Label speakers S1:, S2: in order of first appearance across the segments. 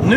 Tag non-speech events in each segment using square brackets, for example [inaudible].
S1: Nu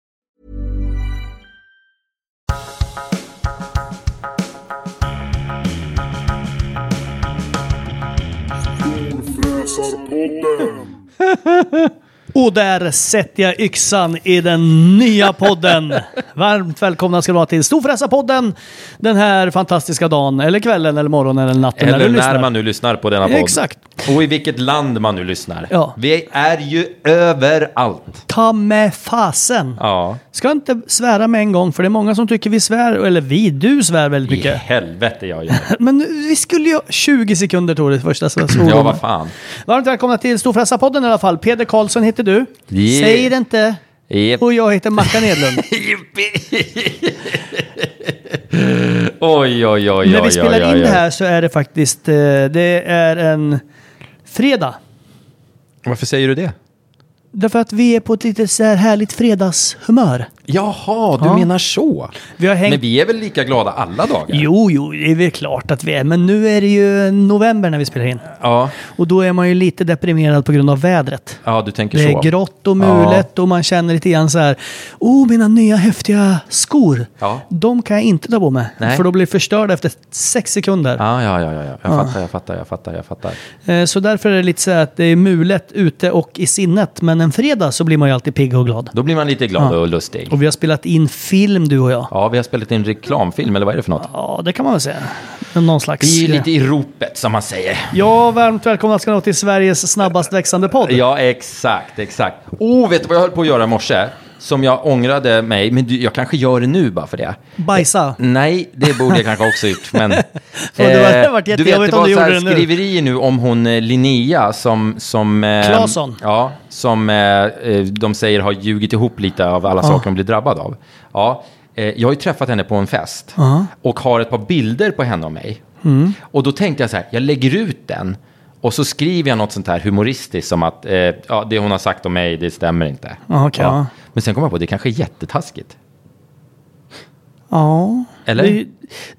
S1: Och där sätter jag yxan i den nya podden. Varmt välkomna ska ni vara till Storfräsarpodden den här fantastiska dagen, eller kvällen, eller morgonen, eller natten.
S2: Eller
S1: du
S2: när
S1: lyssnar.
S2: man nu lyssnar på denna podd.
S1: Exakt.
S2: Och i vilket land man nu lyssnar.
S1: Ja.
S2: Vi är ju överallt.
S1: Ta med fasen!
S2: Ja.
S1: Ska inte svära med en gång, för det är många som tycker vi svär, eller vi, du svär väldigt
S2: I
S1: mycket.
S2: helvete jag gör.
S1: Men nu- vi skulle ju... 20 sekunder tog det första svordomen.
S2: Ja, vad fan.
S1: Varmt välkomna till Storfräsarpodden i alla fall. Peder Karlsson heter du.
S2: Yeah.
S1: Säg det inte.
S2: Yep.
S1: Och jag heter Mackan Edlund.
S2: [laughs] Oj, oj, oj, oj,
S1: När vi spelar
S2: oj, oj,
S1: in
S2: oj.
S1: det här så är det faktiskt, eh, det är en fredag.
S2: Varför säger du det?
S1: Därför att vi är på ett lite så här härligt fredagshumör.
S2: Jaha, du
S1: Ja.
S2: menar så.
S1: Vi har hängt...
S2: Men vi är väl lika glada alla dagar?
S1: Jo, jo, det är väl klart att vi är. Men nu är det ju november när vi spelar in.
S2: Ja,
S1: Och då är man ju lite deprimerad på grund av vädret.
S2: ja du tänker
S1: Det
S2: så.
S1: är grått och mulet och man känner lite grann så här. Oh, mina nya häftiga skor.
S2: Ja.
S1: De kan jag inte ta på mig.
S2: Nej.
S1: För då blir jag förstörd efter sex sekunder.
S2: Ja, ja, ja, ja, ja. Jag fattar, jag fattar, jag fattar, jag fattar.
S1: Eh, Så därför är det lite så här att det är mulet ute och i sinnet. Men en fredag så blir man ju alltid pigg och glad.
S2: Då blir man lite glad
S1: Ja.
S2: och lustig.
S1: Och vi har spelat in film du och jag.
S2: Ja, vi har spelat in reklamfilm, eller vad är det för något?
S1: Ja, det kan man väl säga. Någon slags...
S2: Vi är lite i ropet, som man säger.
S1: Ja, varmt välkomna ska ni vara till Sveriges snabbast växande podd.
S2: Ja, exakt, exakt. Oh, vet du vad jag höll på att göra i morse? Som jag ångrade mig, men du, jag kanske gör det nu bara för det.
S1: Bajsa.
S2: Nej, det borde jag kanske också
S1: [laughs]
S2: gjort, men...
S1: det var- det
S2: eh,
S1: hade varit
S2: du vet,
S1: jättejobbigt
S2: det
S1: om
S2: var
S1: du
S2: så här
S1: gjorde det nu.
S2: skriverier nu om hon eh, Linnea som... som eh,
S1: Claesson.
S2: Ja, som eh, eh, de säger har ljugit ihop lite av alla saker hon blir drabbad av. Ja, eh, jag har ju träffat henne på en fest och har ett par bilder på henne och mig.
S1: Mm.
S2: Och då tänkte jag så här, jag lägger ut den och så skriver jag något sånt här humoristiskt som att eh, ja, det hon har sagt om mig, det stämmer inte.
S1: Ja, okej, ja.
S2: Men sen kom jag på, det kanske är jättetaskigt.
S1: Ja.
S2: Eller?
S1: Det-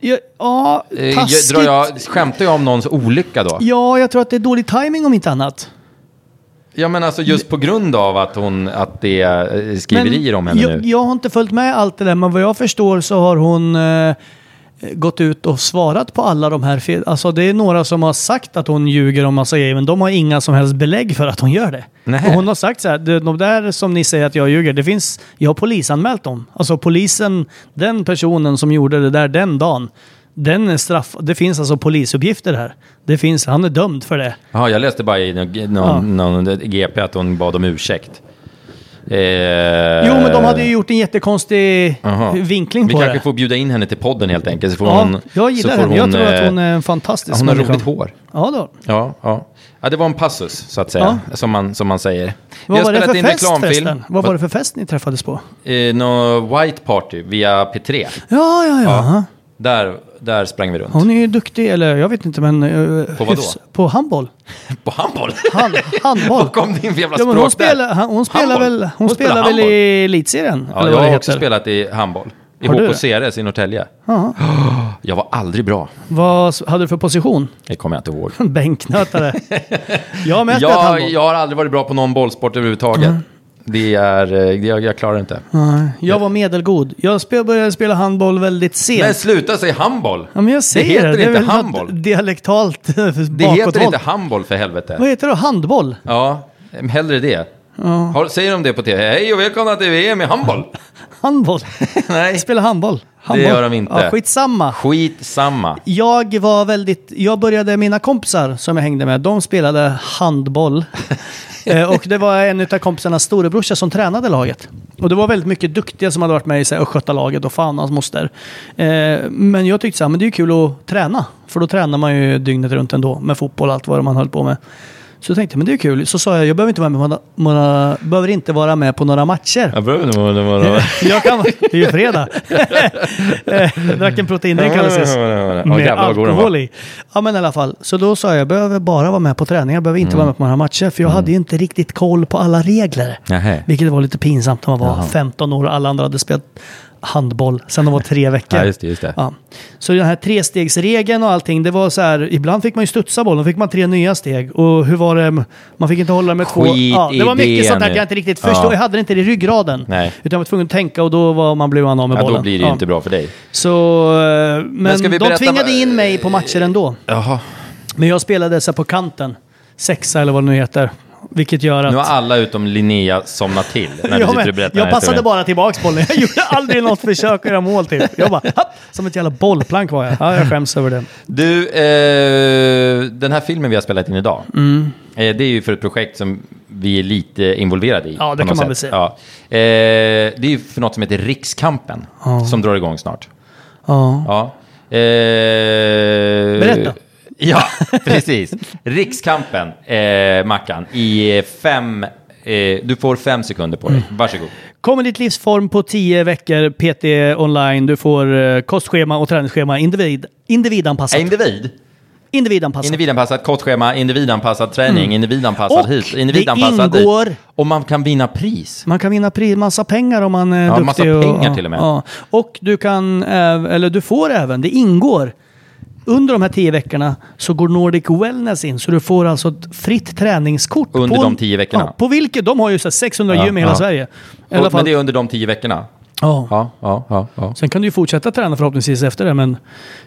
S1: Ja, ja
S2: Eh,
S1: taskigt.
S2: Drar jag, skämtar jag om någons olycka då?
S1: Ja, jag tror att det är dålig timing om inte annat.
S2: Ja men alltså just på grund av att, hon, att det är eh, skriverier om henne
S1: jag,
S2: nu.
S1: jag har inte följt med allt det där, men vad jag förstår så har hon eh, gått ut och svarat på alla de här fel. Alltså det är några som har sagt att hon ljuger om massa grejer, men de har inga som helst belägg för att hon gör det.
S2: Nähä.
S1: Och hon har sagt så här, "De- de där som ni säger att jag ljuger, det finns, jag har polisanmält dem. Alltså polisen, den personen som gjorde det där den dagen, Den är straff... Det finns alltså polisuppgifter här. Det finns, han är dömd för det.
S2: Ja, jag läste bara i någon, någon, någon GP att hon bad om ursäkt. Eh,
S1: Jo, men de hade ju gjort en jättekonstig
S2: Aha.
S1: vinkling
S2: Vi
S1: på
S2: kanske
S1: det.
S2: får bjuda in henne till podden helt enkelt. Så får
S1: Ja,
S2: hon,
S1: jag
S2: så
S1: gillar
S2: får
S1: henne. Jag tror att hon
S2: eh,
S1: är en fantastisk
S2: Hon har
S1: människa.
S2: roligt hår.
S1: Ja, då.
S2: Ja, ja. ja, det var en passus så att säga, som, man, som man säger.
S1: Vad var det för fest förresten? Vad var det för fest ni träffades på?
S2: Eh, nå White Party via P3.
S1: Ja, ja, ja.
S2: Ja. Där, där sprang vi runt.
S1: Hon är ju duktig, eller jag vet inte men... eh,
S2: På vadå?
S1: på
S2: [laughs]
S1: handboll.
S2: På handboll? [laughs]
S1: Han, handboll.
S2: Var kom din jävla
S1: Ja, men
S2: språk
S1: hon
S2: där?
S1: spelar, han, hon spelar
S2: Handboll.
S1: väl, hon spelar väl
S2: handboll.
S1: i elitserien?
S2: Ja,
S1: eller vad
S2: jag
S1: det
S2: har
S1: heter.
S2: också spelat i handboll. I
S1: Har du
S2: HK Ceres i Norrtälje. [gasps] Jag var aldrig bra.
S1: Vad s- hade du för position? [laughs]
S2: Det kommer jag inte ihåg.
S1: Bänknötare. jag
S2: [laughs]
S1: har mest spelat
S2: Jag,
S1: handboll. Mm.
S2: jag har aldrig varit bra på någon bollsport överhuvudtaget. Det är... eh, Jag, jag klarar inte.
S1: Jag var medelgod. Jag spel, började spela handboll väldigt sent.
S2: Men sluta säga handboll!
S1: ja, men jag
S2: det
S1: säger det.
S2: heter
S1: är
S2: inte
S1: väl något
S2: handboll.
S1: Dialektalt
S2: Det heter inte
S1: bakåtvolt.
S2: handboll för helvete.
S1: Vad heter det? Handboll?
S2: Ja, mm, hellre det. Har, säger de det på tv? Hej och välkomna till VM
S1: [laughs]
S2: i handboll! [laughs]
S1: Handboll?
S2: Nej,
S1: Spela handboll. handboll.
S2: gör de inte.
S1: Ja, skitsamma.
S2: skitsamma.
S1: Jag var väldigt, jag började, mina kompisar som jag hängde med, de spelade handboll. Eh, och det var en av kompisarnas storebrorsa som tränade laget. Och det var väldigt mycket duktiga som hade varit med i så här Östgötalaget och fan hans moster. Eh, men jag tyckte så här, men det är ju kul att träna. För då tränar man ju dygnet runt ändå med fotboll och allt vad man höll på med. Så jag tänkte, men det är kul. Så sa jag, jag behöver inte vara med på några, några, behöver inte vara med på några matcher.
S2: Jag behöver nog- det var- det var-
S1: [laughs] Jag kan, det är ju fredag. [laughs] Eh, Drack en proteindrink alldeles nyss.
S2: Ja,
S1: Med
S2: jävlar vad god den
S1: alkohol
S2: var.
S1: i. Ja men i alla fall. Så då sa jag, jag behöver bara vara med på träningar, jag behöver inte
S2: Mm.
S1: vara med på några matcher. För jag hade ju inte riktigt koll på alla regler.
S2: Nähä.
S1: Vilket var lite pinsamt när man var 15 år och alla andra hade spelat handboll sen de var tre veckor.
S2: Ja, just det, just det.
S1: Ja. Så den här trestegsregeln och allting, det var så här, ibland fick man ju studsa bollen, då fick man tre nya steg. Och hur var det, man fick inte hålla den med två...
S2: Skit
S1: Ja, det var
S2: i
S1: mycket
S2: det
S1: sånt här
S2: nu.
S1: jag inte riktigt
S2: Ja.
S1: förstod, jag hade det inte i ryggraden.
S2: Nej.
S1: Utan jag var tvungen att tänka och då var man blev man av med
S2: Ja,
S1: bollen.
S2: då blir det ju inte bra för dig.
S1: Så, eh, men,
S2: ska vi
S1: de
S2: berätta
S1: tvingade
S2: vad-
S1: in mig på matcher ändå.
S2: Jaha.
S1: Men jag spelade så här på kanten, sexa eller vad det nu heter. Vilket gör att...
S2: Nu har alla utom Linnea somnat
S1: [laughs]
S2: till när du
S1: jag,
S2: sitter och
S1: med,
S2: berättar den
S1: jag
S2: här
S1: passade
S2: historien.
S1: bara tillbaks bollen. Jag gjorde aldrig något försök att göra mål typ. Jag bara, happ, som ett jävla bollplank var jag. Ja, jag skäms över det.
S2: Du, eh, den här filmen vi har spelat in idag,
S1: Mm.
S2: eh, det är ju för ett projekt som vi är lite involverade i.
S1: Ja, det
S2: på något
S1: kan man
S2: sätt.
S1: väl
S2: Ja. Eh, det är ju för något som heter Rikskampen, som drar igång snart.
S1: Ja.
S2: Ja. Eh,
S1: Berätta. [laughs]
S2: Ja, precis. Rikskampen, eh, Mackan, i fem... Eh, du får fem sekunder på
S1: Mm.
S2: dig. Varsågod.
S1: Kommer ditt livsform på 10 veckor, PT online. Du får eh, kostschema och träningsschema individ, individanpassat.
S2: Individ.
S1: individanpassat.
S2: Individanpassat kostschema, individanpassad träning, individanpassad
S1: Mm. Och
S2: hit, individanpassad
S1: det ingår-
S2: dit. Och man kan vinna pris.
S1: Man kan vinna pri- massa pengar om man är
S2: Ja,
S1: duktig.
S2: massa pengar till och med.
S1: Ja. Och du kan, äv- eller du får även, det ingår, under de här tio veckorna så går Nordic Wellness in. Så du får alltså ett fritt träningskort.
S2: Under
S1: på,
S2: de tio veckorna.
S1: Ja, på vilket, de har ju så här 600
S2: Ja,
S1: gym i hela
S2: ja.
S1: Sverige. I alla
S2: Och, men
S1: fall.
S2: det är under de tio veckorna.
S1: ja.
S2: Ja, ja, ja, ja.
S1: Sen kan du ju fortsätta träna förhoppningsvis efter det, men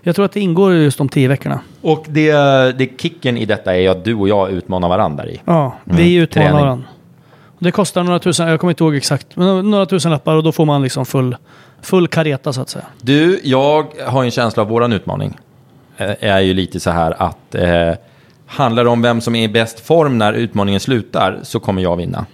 S1: jag tror att det ingår i just de tio veckorna.
S2: Och det, det kicken i detta är ju att du och jag utmanar varandra i.
S1: Ja, vi utmanar
S2: Mm, Träning.
S1: varandra. Det kostar några tusen, jag kommer inte ihåg exakt, men några tusen lappar och då får man liksom full, full kareta så att säga.
S2: Du, jag har ju en känsla av våran utmaning. eh, Är ju lite så här att eh, handlar det om vem som är i bäst form när utmaningen slutar så kommer jag vinna.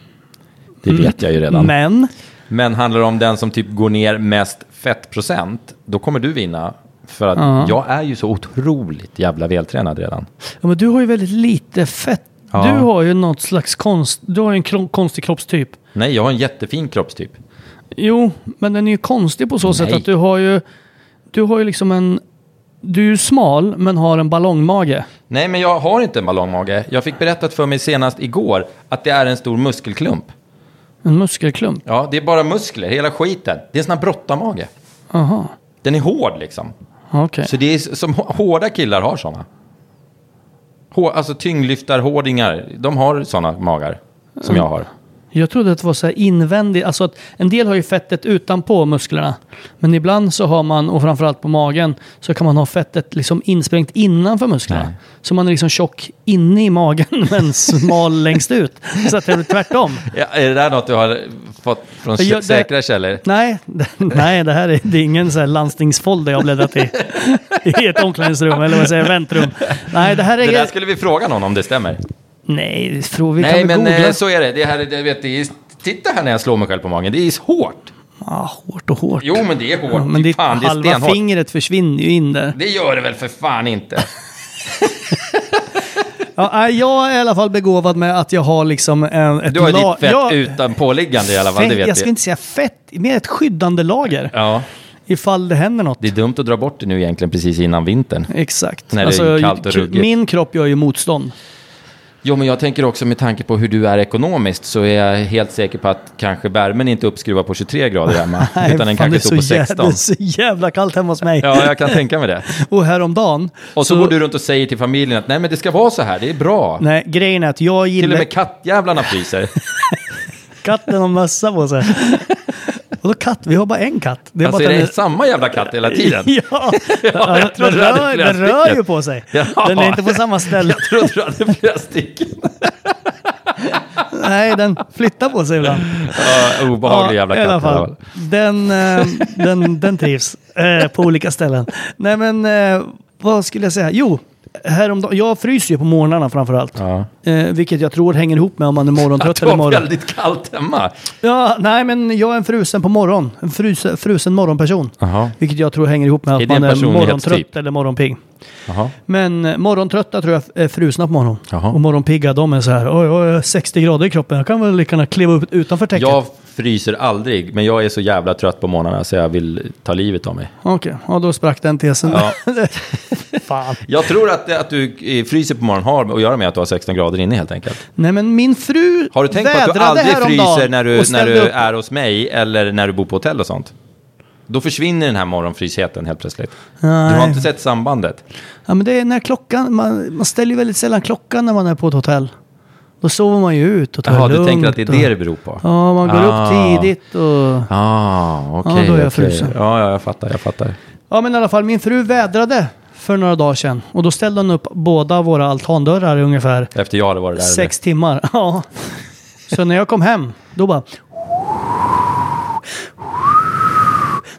S2: Det
S1: Mm.
S2: vet jag ju redan.
S1: Men
S2: Men handlar det om den som typ går ner mest fettprocent, då kommer du vinna. För att jag är ju så otroligt jävla vältränad redan.
S1: Ja, men du har ju väldigt lite fett.
S2: Ja.
S1: Du har ju något slags konst... Du har ju en kro- konstig kroppstyp.
S2: Nej, jag har en jättefin kroppstyp.
S1: Jo, men den är ju konstig på så sätt
S2: Nej.
S1: att du har ju... Du har ju liksom en... Du är ju smal men har en ballongmage.
S2: Nej, men jag har inte en ballongmage. Jag fick berättat för mig senast igår att det är en stor muskelklump.
S1: En muskelklump.
S2: Ja, det är bara muskler, hela skiten. Det är en sån här brottarmage.
S1: Jaha,
S2: Den är hård liksom.
S1: okej.
S2: Så det är som hårda killar har såna. Hår, alltså tyngdlyftarhårdingar, de har såna magar som jag har.
S1: Jag trodde att det var så här invändigt, alltså att en del har ju fettet utanpå musklerna. Men ibland så har man, och framförallt på magen, så kan man ha fettet liksom insprängt innanför musklerna.
S2: Nej.
S1: Så man är liksom tjock inne i magen [laughs] men smal längst ut. Så att det blir tvärtom.
S2: Ja, är det där något du har fått från
S1: Jag- det-
S2: säkra källor?
S1: Nej, det- nej det här är, det är ingen så här landstingsfold där jag har bläddrat i. I ett omklädningsrum, eller vad säger jag, väntrum. Nej, det här är...
S2: Det där skulle vi fråga någon om det stämmer.
S1: Nej, det tror vi
S2: Nej,
S1: kan väl
S2: men
S1: googla.
S2: eh, så är det. det, här, är- det vet, det är, titta här när jag slår mig själv på magen. Det är hårt.
S1: Ah, hårt och hårt.
S2: Jo, men det är hårt.
S1: Ja, men
S2: Fy
S1: ditt
S2: fan, det är
S1: halva
S2: stenhårt.
S1: fingret försvinner ju in där.
S2: Det gör det väl för fan inte.
S1: Ja, nej, jag är i alla fall begåvad med att jag har liksom eh, ett
S2: Du har
S1: la-
S2: ditt fett
S1: Ja,
S2: utan påliggande i alla fall, det
S1: fett-
S2: vet
S1: Jag ska
S2: vi.
S1: inte säga fett, mer ett skyddande lager.
S2: Ja,
S1: Ifall det händer något.
S2: det är dumt att dra bort det nu egentligen precis innan vintern.
S1: Exakt.
S2: När det är kallt och
S1: k-
S2: ruggigt.
S1: Min kropp gör ju motstånd.
S2: Jo, men jag tänker också med tanke på hur du är ekonomiskt så är jag helt säker på att kanske värmen inte uppskruvar på 23 grader
S1: [laughs]
S2: hemma. utan den
S1: fan,
S2: kanske
S1: det är
S2: står
S1: så Jävla, det
S2: på 16.
S1: är så jävla kallt hemma hos mig.
S2: Ja, jag kan tänka mig det.
S1: Och häromdagen.
S2: Och så, går du runt och säger till familjen att nej, men det ska vara så här, det är bra.
S1: Nej, grejen är att jag
S2: Till och
S1: gillar
S2: med
S1: [laughs]
S2: kattjävlarna fryser. Alltså,
S1: katten har mössa på
S2: [laughs]
S1: sig. Och då katt? Vi har bara en katt. Det bara
S2: Alltså är
S1: att
S2: det
S1: den
S2: samma jävla katt hela tiden?
S1: [laughs] Ja,
S2: Ja, jag
S1: den,
S2: trodde du hade
S1: rör,
S2: flera
S1: den rör
S2: stycken. [laughs]
S1: ju på sig.
S2: Ja.
S1: Den är inte på samma
S2: [laughs]
S1: ställe.
S2: Jag trodde du hade flera stycken.
S1: Nej, den flyttar på sig ibland.
S2: [laughs] Ja, obehaglig jävla
S1: i
S2: katt.
S1: alla fall. Den, eh, den, den trivs eh, på olika ställen. Nej, men eh, vad skulle jag säga? Jo, häromdagen, jag fryser ju på morgnarna framförallt.
S2: Ja.
S1: Eh, vilket jag tror hänger ihop med om man är
S2: Att
S1: morgontrött
S2: det
S1: eller
S2: var
S1: morgon.
S2: väldigt kallt hemma.
S1: Ja, nej, men jag är en frusen på morgon. En frusen, frusen morgonperson.
S2: Jaha.
S1: Vilket jag tror hänger ihop med
S2: Är
S1: att
S2: det
S1: man
S2: en
S1: är morgontrött
S2: personlighetstyp?
S1: eller morgonpigg.
S2: Jaha.
S1: Men eh, morgontrötta tror jag är frusna på morgonen.
S2: Jaha.
S1: Och morgonpigga, de är så här, oj, oj, jag har 60 grader i kroppen, jag kan väl lika gärna kliva upp utanför täcket.
S2: Jag fryser aldrig, men jag är så jävla trött på morgnarna så jag vill ta livet av mig.
S1: Okej, ja, då sprack den tesen.
S2: Ja.
S1: Fan.
S2: Jag tror att, det- att du eh, fryser på morgonen har att göra med att du har 16 grader inne helt enkelt.
S1: [laughs] Nej men min fru
S2: Har du tänkt på att du
S1: vädrade
S2: aldrig
S1: häromdagen
S2: fryser när du,
S1: och
S2: när
S1: ställde
S2: du
S1: upp.
S2: är hos mig eller när du bor på hotell och sånt? Då försvinner den här morgonfrysheten helt plötsligt. Du har
S1: Nej.
S2: inte sett sambandet.
S1: Ja men det är när klockan, man, man ställer ju väldigt sällan klockan när man är på ett hotell. Då sover man ju ut och tar
S2: Jaha,
S1: det
S2: du
S1: lugnt.
S2: tänker att det är det det
S1: och,
S2: beror på?
S1: Ja, man går
S2: Ah.
S1: upp tidigt och...
S2: Ah, okej.
S1: Ja, då är jag
S2: okej.
S1: frusen.
S2: Ja, ja, jag fattar, jag fattar.
S1: Ja men i alla fall, min fru vädrade för några dagar sedan. Och då ställde hon upp båda våra altandörrar i ungefär
S2: Efter jag hade varit där.
S1: Sex timmar, [laughs] ja. Så när jag kom hem, då bara...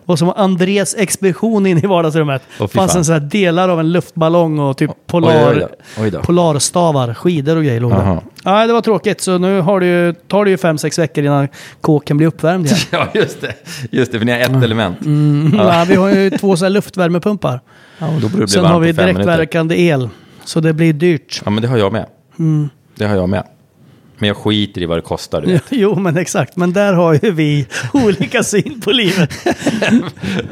S1: Och som Andres expedition in i vardagsrummet.
S2: Åh, fy
S1: fanns
S2: fan.
S1: en så här delar av en luftballong och typ polar,
S2: oj då, oj då.
S1: polarstavar, skidor och grejer låg där.
S2: Aha.
S1: Nej, det var tråkigt. Så nu har det ju, tar det ju fem, sex veckor innan kåken blir uppvärmd igen.
S2: [laughs] Ja, just det. Just det, för ni har ett element.
S1: Mm. Nej, vi har ju två så här luftvärmepumpar.
S2: Ja, och då borde det bli
S1: Sen
S2: varmt
S1: har vi
S2: på fem minuter.
S1: direktverkande el. Så det blir dyrt. [laughs]
S2: Ja, men det har jag med.
S1: Mm.
S2: Det har jag med. Men jag skiter i vad det kostar, du vet.
S1: Jo, men exakt. Men där har ju vi olika syn på livet.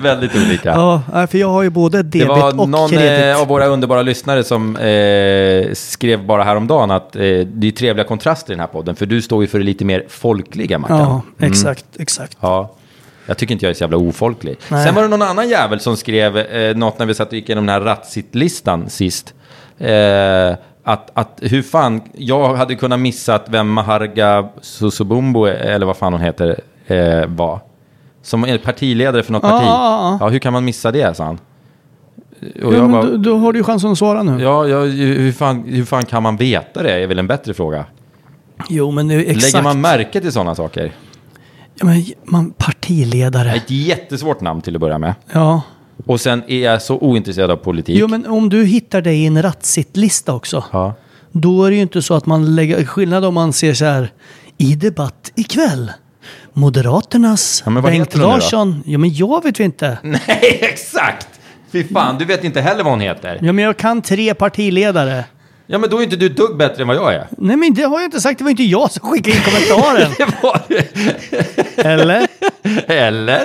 S2: Väldigt olika.
S1: Ja, nej, för jag har ju både
S2: Det
S1: debit
S2: var
S1: och
S2: någon
S1: kredit.
S2: eh, av våra underbara lyssnare som eh, skrev bara häromdagen att eh, det är trevliga kontraster i den här podden, för du står ju för det lite mer folkliga, Mackan.
S1: ja,
S2: Mm.
S1: exakt, exakt.
S2: Ja. Jag tycker inte jag är så jävla ofolklig.
S1: Nej.
S2: Sen var det någon annan jävel som skrev eh, något när vi satt och gick igenom den här Ratsit-listan sist. Eh, att, att hur fan, jag hade kunnat missat vem Maharga Susubumbo, eller vad fan hon heter, eh, var. Som är partiledare för något parti.
S1: ja, ja.
S2: Ja, hur kan man missa det, sa han. Eh, Och
S1: Ja,
S2: jag
S1: men
S2: bara,
S1: då, då har du ju chansen att svara nu.
S2: ja, ja hur, fan, hur fan kan man veta det, är väl en bättre fråga.
S1: Jo, men nu, exakt.
S2: Lägger man märke till sådana saker?
S1: ja, men, man, partiledare.
S2: Ett jättesvårt namn till att börja med.
S1: Ja.
S2: Och sen är jag så ointresserad av politik.
S1: Jo, men om du hittar dig i en Ratsit-lista också,
S2: Ja.
S1: då är det ju inte så att man lägger... Skillnad om man ser så här, i debatt ikväll. Moderaternas
S2: Ja, men vad
S1: Bengt
S2: heter hon nu då? Mm.
S1: Larsson. Ja, men jag vet ju inte.
S2: [laughs] Nej, exakt! Fy fan, du vet inte heller vad hon heter.
S1: Ja, men jag kan tre partiledare.
S2: Ja, men då är inte du ett dugg bättre än vad jag är.
S1: Nej, men det har jag inte sagt. Det var inte jag som skickade in kommentaren.
S2: [laughs] Det var du.
S1: Eller?
S2: Eller?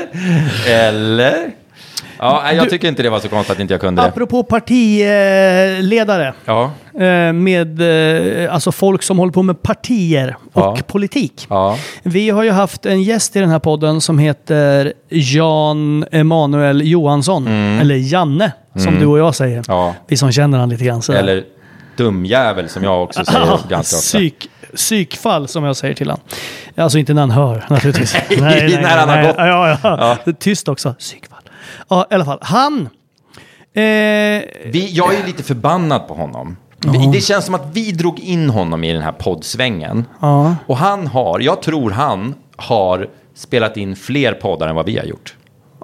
S2: Eller? Ja, nej, jag tycker inte det var så konstigt att inte jag kunde det.
S1: Apropå partiledare.
S2: Ja,
S1: Eh, med eh, alltså folk som håller på med partier och
S2: Ja.
S1: politik.
S2: ja.
S1: Vi har ju haft en gäst i den här podden som heter Jan Emanuel Johansson. Eller Janne, som du och jag säger.
S2: Mm. Ja.
S1: Vi som känner han lite grann. sådär.
S2: Eller dumjävel som jag också säger ganska ofta.
S1: Psyk, psykfall som jag säger till han. Alltså inte när han hör naturligtvis.
S2: [laughs]
S1: nej,
S2: när han har gått.
S1: Ja, ja. Det är tyst också. Psykfall. Ja, i alla fall. Han... Eh,
S2: Vi, jag är ju lite förbannad på honom. Vi, det känns som att vi drog in honom i den här poddsvängen. Och han har, jag tror han har spelat in fler poddar än vad vi har gjort.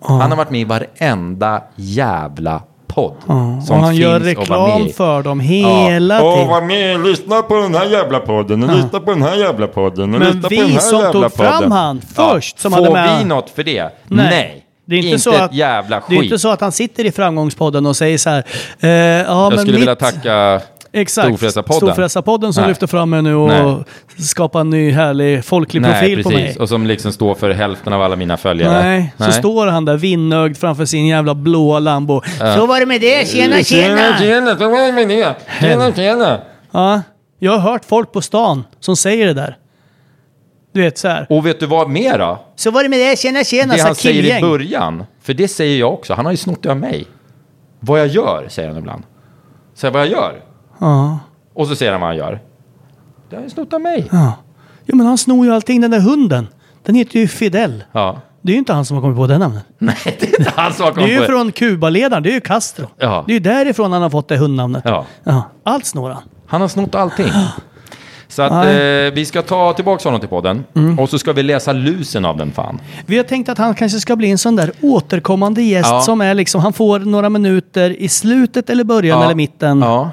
S2: Han har varit med i varenda jävla podd som
S1: och han gör
S2: finns och var med
S1: reklam
S2: i.
S1: för dem hela tiden.
S2: med och lyssna på den här jävla podden och lyssna på den här jävla podden och
S1: Men vi som tog fram han först som
S2: Får
S1: hade med...
S2: vi något för det? Nej.
S1: Det är inte, så
S2: ett
S1: att,
S2: jävla skit.
S1: Det är inte så att han sitter i framgångspodden och säger så här. Eh, ja,
S2: jag
S1: men
S2: skulle
S1: mitt,
S2: vilja tacka
S1: Exakt.
S2: Storfräsarpodden.
S1: Storfräsarpodden som
S2: Nej.
S1: lyfter fram mig nu och
S2: Nej.
S1: skapar en ny härlig folklig profil
S2: Nej,
S1: på mig.
S2: precis. Och som liksom står för hälften av alla mina följare.
S1: Nej, så står han där vinnögd framför sin jävla blåa Lambo. Så var det med det, tjena tjena!
S2: tjena, så var det med det. Tjena, tjena.
S1: Ja, jag har hört folk på stan som säger det där. Du vet så här.
S2: Och vet du vad mer då?
S1: Så var det med det, tjena tjena!
S2: det
S1: så här
S2: han säger i
S1: killgäng.
S2: början, för det säger jag också, han har ju snott det av mig. Vad jag gör, säger han ibland. Säger vad jag gör.
S1: Ja.
S2: Och så säger han vad han gör. Det har ju snott av mig.
S1: ja, men han snor ju allting. Den där hunden, den heter ju Fidel.
S2: Ja. [laughs]
S1: Det är ju inte han som har kommit på det namnet.
S2: Nej, det är inte han som har
S1: Det är
S2: kommit
S1: ju
S2: på det.
S1: från Kubaledaren, det är ju Castro.
S2: Ja.
S1: Det är ju därifrån han har fått det hundnamnet.
S2: Ja.
S1: Allt snor han.
S2: Han har
S1: [gasps]
S2: snott allting. Så att eh,
S1: Nej. Mm.
S2: vi ska ta tillbaka honom till podden. Och så ska vi läsa lusen av den fan.
S1: Vi har tänkt att han kanske ska bli en sån där återkommande gäst
S2: Ja.
S1: som är liksom, han får några minuter i slutet eller början
S2: Ja.
S1: eller mitten.
S2: Ja.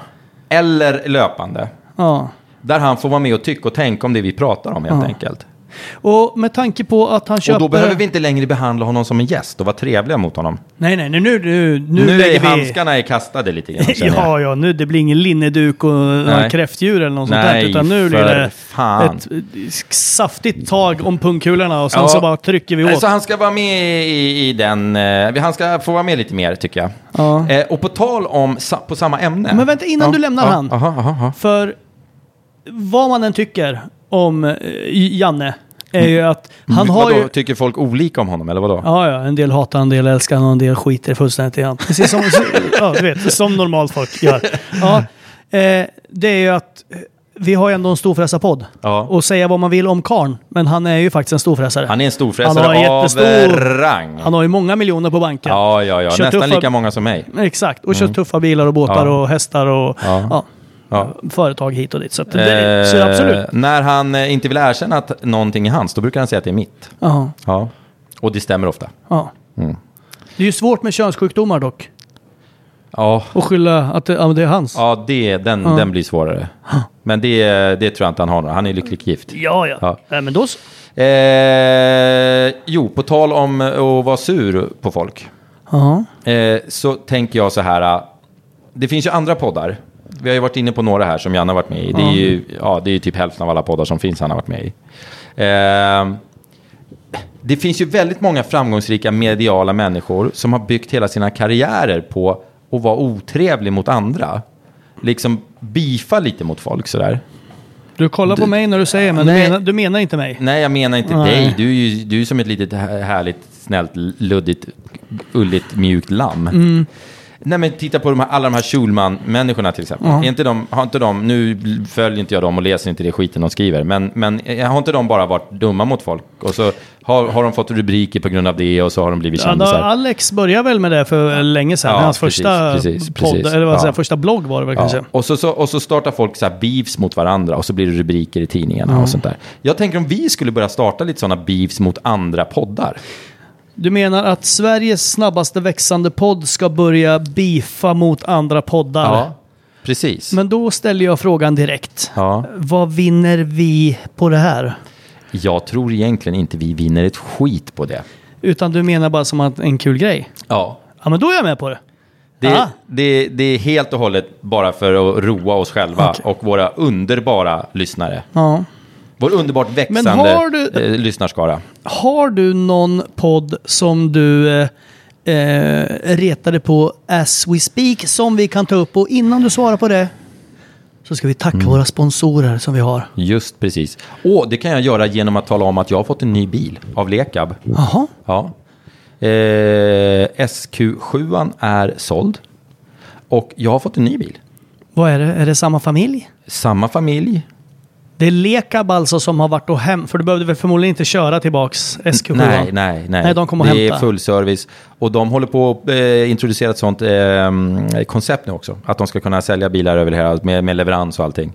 S2: Eller löpande.
S1: Ja.
S2: Där han får vara med och tycka och tänka om det vi pratar om helt enkelt.
S1: Och med tanke på att han köper...
S2: Och då behöver vi inte längre behandla honom som en gäst och vara trevliga mot honom.
S1: Nej, nej, nej, nu, nu, nu,
S2: Nu,
S1: lägger
S2: är
S1: vi...
S2: handskarna är kastade lite grann känner
S1: [laughs]
S2: jag.
S1: Ja, ja, nu det blir ingen linneduk och några kräftdjur eller något sånt
S2: Nej,
S1: där. Utan nu blir
S2: för
S1: det
S2: fan.
S1: ett eh, saftigt tag om pungkulorna och sen
S2: Ja.
S1: så bara trycker vi
S2: Nej,
S1: åt.
S2: Så han ska vara med i, i den, eh, han ska få vara med lite mer tycker jag. Eh, och på tal om, sa, på samma ämne.
S1: Men vänta, innan
S2: Ja,
S1: du lämnar
S2: ja,
S1: han.
S2: Aha, aha, aha.
S1: För vad man än tycker om eh, Janne är ju att han har
S2: Mm. vadå,
S1: ju...
S2: tycker folk olika om honom eller vadå?
S1: Ja, ja, en del hatar, en del älskar och en del skiter fullständigt i han. Precis som, ja, du vet, som normalt folk gör. Ja, eh, det är ju att eh, vi har ju ändå en storfräsarpodd.
S2: Ja.
S1: Och säga vad man vill om karn, men han är ju faktiskt en storfräsare.
S2: Han är en storfräsare
S1: Han har en
S2: av
S1: jättestor-
S2: eh, rang.
S1: Han har ju många miljoner på banken.
S2: Ja, ja, ja.
S1: Kört
S2: Nästan
S1: tuffa-
S2: lika många som mig.
S1: Exakt, och kör tuffa bilar och båtar
S2: Ja.
S1: och hästar och ja.
S2: Ja. Ja.
S1: företag hit och dit. Så, att det, så absolut.
S2: Eh, när han eh, inte vill erkänna att någonting är hans, då brukar han säga att det är mitt.
S1: Ja.
S2: Ja. Och det stämmer ofta.
S1: Ja. Mm. Det är ju svårt med könssjukdomar dock.
S2: Ja,
S1: Och skylla att det, ja, men det är hans. Ja,
S2: ja det, den, den blir svårare. Men det, det tror jag inte han har. några. Han är lyckligt gift.
S1: ja.
S2: Ja.
S1: Nej, men då så.
S2: Eh, jo, på tal om eh, att vara sur på folk.
S1: Ja.
S2: Eh, så tänker jag så här. eh, Det finns ju andra poddar. Vi har ju varit inne på några här som Janne har varit med i. Det är ju, ja, det är ju typ hälften av alla poddar som finns han har varit med i. Eh, det finns ju väldigt många framgångsrika mediala människor som har byggt hela sina karriärer på att vara otrevlig mot andra. Liksom bifa lite mot folk sådär.
S1: Du kollar på mig när du säger men du
S2: Nej. Mm.
S1: menar, du menar inte mig.
S2: Nej, jag menar inte
S1: Nej.
S2: dig. Du är ju du är som ett litet här- härligt, snällt, luddigt, ulligt, mjukt lamm.
S1: Mm.
S2: Nej, men titta på de här, alla de här Schulman-människorna till exempel. Är inte de, har inte de, nu följer inte jag dem och läser inte det skiten de skriver, men, men eh, har inte de bara varit dumma mot folk? Och så har, har de fått rubriker på grund av det och så har de blivit
S1: Ja, då,
S2: kändisar.
S1: Alex började väl med det för länge sedan.
S2: Ja,
S1: Hans
S2: precis,
S1: första,
S2: precis,
S1: podd,
S2: precis.
S1: Eller vad jag
S2: Ja.
S1: säger, första blogg var det väl kanske.
S2: Ja. Och, så, så, och så startar folk så här beefs mot varandra och så blir det rubriker i tidningarna och sånt där. Jag tänker om vi skulle börja starta lite sådana beefs mot andra poddar.
S1: Du menar att Sveriges snabbaste växande podd ska börja bifa mot andra poddar?
S2: Ja, precis.
S1: Men då ställer jag frågan direkt.
S2: Ja.
S1: Vad vinner vi på det här?
S2: Jag tror egentligen inte vi vinner ett skit på det.
S1: Utan du menar bara som att en kul grej?
S2: Ja.
S1: Ja, men då är jag med på det.
S2: Det,
S1: Ah.
S2: det, det är helt och hållet bara för att roa oss själva och våra underbara lyssnare.
S1: Ja.
S2: Vår underbart växande
S1: har du-
S2: eh, lyssnarskara.
S1: Har du någon podd som du eh, eh, retade på as we speak som vi kan ta upp? Och innan du svarar på det så ska vi tacka
S2: Mm.
S1: våra sponsorer som vi har.
S2: Just precis. Och det kan jag göra genom att tala om att jag har fått en ny bil av Lekab.
S1: Jaha,
S2: Ja. Eh, SQ7 är såld. Och jag har fått en ny bil.
S1: vad är det? Är det samma familj?
S2: Samma familj.
S1: Det är Lekab alltså som har varit och hämtat, för du behövde väl förmodligen inte köra tillbaks SQ7?
S2: Nej,
S1: va?
S2: nej, nej.
S1: Nej, de kommer
S2: det
S1: att hämta.
S2: är full service. Och de håller på att eh, introducera ett sånt eh, koncept nu också. Att de ska kunna sälja bilar över hela, med, med leverans och allting.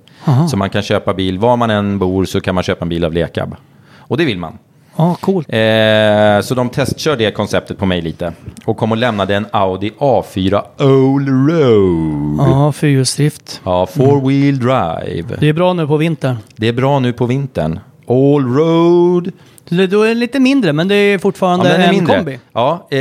S2: Så man kan köpa bil, var man än bor så kan man köpa en bil av Lekab. Och det vill man.
S1: Ja, coolt.
S2: Eh, så de testkör det konceptet på mig lite. Och kom och lämnade en Audi A4 Allroad.
S1: Ja, fyrhjulsdrift.
S2: Ja, four wheel drive.
S1: Det är bra nu på vintern.
S2: Det är bra nu på vintern. Allroad.
S1: Så det- Då är den lite mindre, men det är fortfarande
S2: den är
S1: en
S2: mindre.
S1: kombi.
S2: Ja, eh,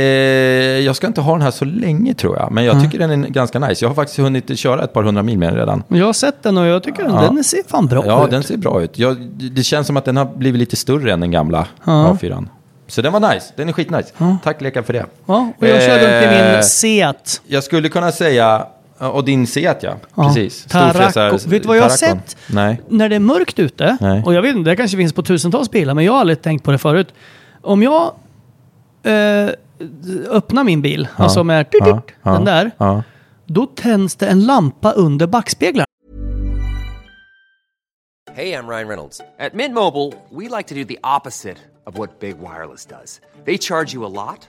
S2: jag ska inte ha den här så länge tror jag. Men jag
S1: Mm.
S2: tycker den är ganska nice. Jag har faktiskt hunnit köra ett par hundra mil med den redan.
S1: Jag har sett den och jag tycker den,
S2: Ja.
S1: den ser fan bra
S2: Ja,
S1: ut.
S2: den ser bra ut. Jag, det känns som att den har blivit lite större än den gamla A4. Så den var nice. Den är skitnice. Tack Leka för det.
S1: Ja, och jag kör runt i
S2: Eh,
S1: min Seat.
S2: Jag skulle kunna säga, eh, och din Seat ja,
S1: Ja.
S2: precis.
S1: Tarraco. Vet du vad jag har
S2: Tarracon.
S1: sett?
S2: Nej.
S1: När det är mörkt ute,
S2: Nej.
S1: och jag vet inte, det kanske finns på tusentals bilar, men jag har aldrig tänkt på det förut. Om jag eh, öppnar min bil, alltså med
S2: Ja, ja,
S1: den där,
S2: Ja.
S1: då tänds det en lampa under backspeglarna.
S3: Hey, I'm Ryan Reynolds. At Mint Mobile, we like to do the opposite of what Big Wireless does. They charge you a lot,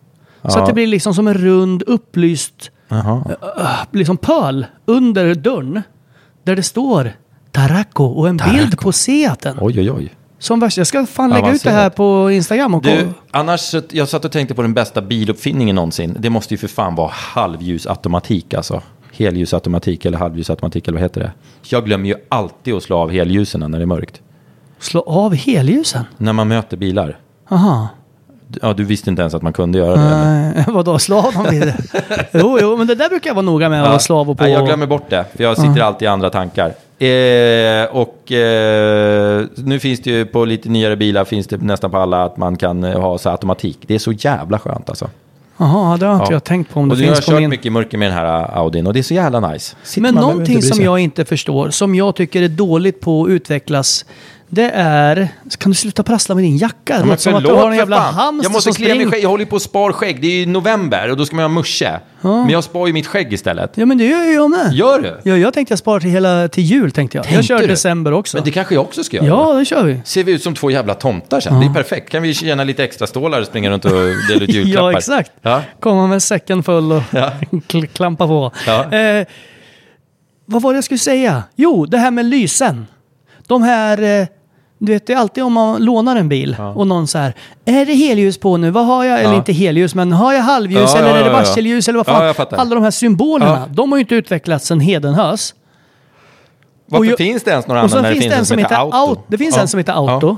S1: Så att det blir liksom som en rund upplyst
S2: Jaha.
S1: liksom pöl under dörren. Där det står Tarraco och en bild på Seaten.
S2: Oj, oj, oj.
S1: Som värst, jag ska fan lägga ut det här
S2: Avancerat.
S1: på Instagram och
S2: Du, annars, så- jag satt och tänkte på den bästa biluppfinningen någonsin. Det måste ju för fan vara halvljusautomatik alltså. Helljusautomatik eller halvljusautomatik eller vad heter det? Jag glömmer ju alltid att slå av helljusen när det är mörkt.
S1: slå av helljusen.
S2: När man möter bilar.
S1: Aha.
S2: Du- Ja, du visste inte ens att man kunde göra det. eller?
S1: Nej, Eh, [laughs] Vadå, slav om vi...
S2: [laughs]
S1: Jo, jo, men det där brukar jag vara noga med att vara slav och på.
S2: Nej, jag glömmer bort det, för jag sitter alltid i andra tankar. Eh, och eh, nu finns det ju på lite nyare bilar, finns det nästan på alla, att man kan eh, ha så här automatik. Det är så jävla skönt alltså.
S1: Jaha, det har inte jag tänkt på om det
S2: och nu har jag
S1: finns på
S2: kört
S1: min...
S2: mycket i mörker med den här eh, Audin och det är så jävla nice. Sitter
S1: Men
S2: man- behöver
S1: någonting
S2: inte bry
S1: som
S2: sig.
S1: jag inte förstår, som jag tycker är dåligt på att utvecklas, det är... Kan du sluta prassla med din jacka? Det
S2: Ja, men
S1: låter som att du
S2: förlåt,
S1: har en
S2: för
S1: jävla
S2: fan.
S1: hamster
S2: Jag måste
S1: som
S2: klia mig
S1: springer.
S2: skägg, jag håller ju på att spar skägg. Det är ju november och då ska man ha musche. Men jag spar ju mitt skägg istället.
S1: Ja, men det gör ju jag med.
S2: Gör du?
S1: Ja, jag tänkte jag sparar till, hela, till jul, tänkte jag. jag
S2: Tänkte
S1: kör
S2: du?
S1: december också.
S2: Men det kanske jag också ska göra.
S1: Ja, det kör vi.
S2: Ser vi ut som två jävla tomtar sen? Det är perfekt. Kan vi tjäna lite extra stålar och springa runt och dela ut
S1: [laughs]
S2: julklappar?
S1: Ja, exakt.
S2: Ja.
S1: Komma med säcken full och [laughs] kl- klampa på.
S2: Ja.
S1: Eh, vad var det jag skulle säga? Jo, det här med lysen. De här, eh, du vet det är alltid om man lånar en bil och någon så här, är det helljus på nu? Vad har jag? Eller
S2: Ja.
S1: inte helljus, men har jag halvljus
S2: Ja,
S1: eller
S2: ja,
S1: är det
S2: ja, ja.
S1: varselljus eller vad
S2: Ja,
S1: fan?
S2: jag fattar.
S1: Alla de här symbolerna,
S2: Ja.
S1: de har ju inte utvecklats sedan hedenhös.
S2: Varför
S1: Och jag-
S2: finns det ens några
S1: Och
S2: andra
S1: sen
S2: när
S1: finns det en som heter auto. Det finns
S2: Ja.
S1: en som heter auto.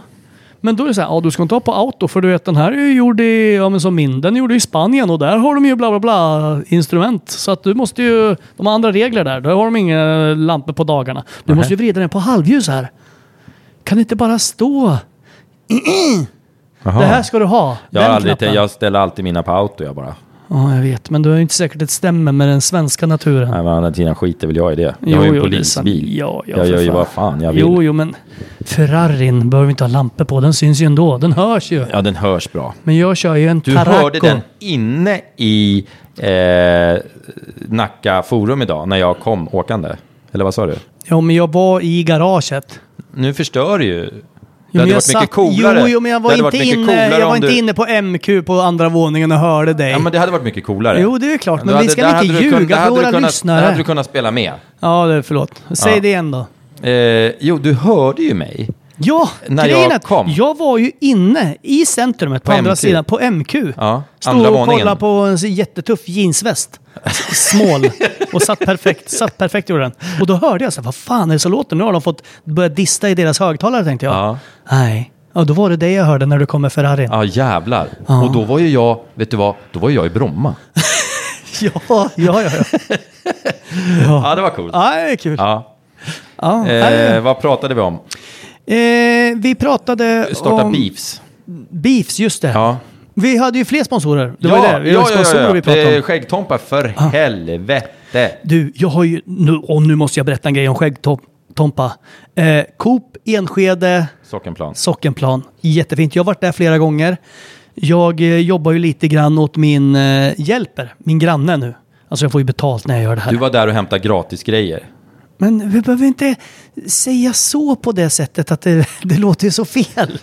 S1: Men då är det så här, ja du ska inte hoppa på auto för du vet den här är ju gjord i, ja men som min, den är gjord i Spanien och där har de ju bla bla bla instrument. Så att du måste ju, de har andra regler där, där har de inga lampor på dagarna. Du måste ju vrida den på halvljus här. Kan det inte bara stå,
S2: Jaha.
S1: det här ska du ha.
S2: jag, har
S1: den
S2: aldrig,
S1: knappen.
S2: jag ställer alltid mina på auto jag bara.
S1: Ja, jag vet. Men du är inte säkert att det stämmer med den svenska naturen.
S2: Nej, men å andra sidan skiter väl jag i det. Jag har ju en
S1: det är sant.
S2: polisbil.
S1: Ja, ja,
S2: jag
S1: för
S2: gör ju vad fan jag vill.
S1: Jo, jo, men Ferrarin behöver vi inte ha lampor på. Den syns ju ändå. Den hörs ju.
S2: Ja, den hörs bra.
S1: Men jag kör ju en
S2: Du
S1: Tarraco.
S2: hörde den inne i eh, Nacka forum idag när jag kom åkande. Eller vad sa du?
S1: Ja, men jag var i garaget.
S2: Nu förstör du ju. Det
S1: Jo, men
S2: hade
S1: jag
S2: varit mycket
S1: satt-
S2: coolare.
S1: Jo, jo, men jag
S2: Det
S1: var,
S2: hade
S1: inte
S2: varit mycket
S1: inne,
S2: coolare
S1: jag var
S2: om
S1: inte
S2: du-
S1: inne på MQ på andra våningen och hörde dig.
S2: Ja, men det hade varit mycket coolare.
S1: Jo, det är klart, men
S2: Då
S1: vi
S2: hade-
S1: ska
S2: där
S1: inte
S2: hade du kun-
S1: ljuga
S2: där
S1: för
S2: hade du
S1: våra
S2: kunnat,
S1: lyssnare.
S2: Där hade du kunnat spela med.
S1: Ja, det, förlåt. Säg
S2: Ja.
S1: det igen då.
S2: Eh, jo, du hörde ju mig.
S1: Ja,
S2: När
S1: grejen
S2: jag
S1: är att
S2: kom.
S1: Jag var ju inne i centrumet på,
S2: På
S1: andra
S2: MQ.
S1: sidan, på MQ.
S2: Ja,
S1: Stod
S2: andra
S1: och
S2: våningen.
S1: kollade på en så jättetuff jeansväst. S- Smål. Och satt perfekt, satt perfekt gjorde den. Och då hörde jag så här, vad fan är det som låter? Nu har de fått börja dista i deras högtalare tänkte jag.
S2: Ja.
S1: Nej. Ja, då var det det jag hörde när du kom med Ferrarin.
S2: Ja, jävlar. Och då var ju jag, vet du vad, då var ju jag i Bromma.
S1: Ja, [laughs] ja, ja. ja.
S2: Ja, det var coolt.
S1: ja det är kul.
S2: Ja.
S1: Ja.
S2: Eh, vad pratade vi om?
S1: Eh, vi pratade
S2: Starta
S1: om...
S2: beefs.
S1: Beefs, just det.
S2: Ja.
S1: Vi hade ju fler sponsorer. Det var ju det. Vi hade sponsorer vi pratade om.
S2: Eh, Skäggtompa, för helvete.
S1: Du, jag har ju... Nu, och nu måste jag berätta en grej om skäggtompa. Eh, Coop, Enskede,
S2: Sockenplan.
S1: Sockenplan. Jättefint. Jag har varit där flera gånger. Jag eh, jobbar ju lite grann åt min eh, hjälper, min granne nu. Alltså jag får ju betalt när jag gör det här.
S2: Du var där och hämtade gratis grejer.
S1: Men vi behöver inte säga så på det sättet att det, [laughs] det låter ju så fel.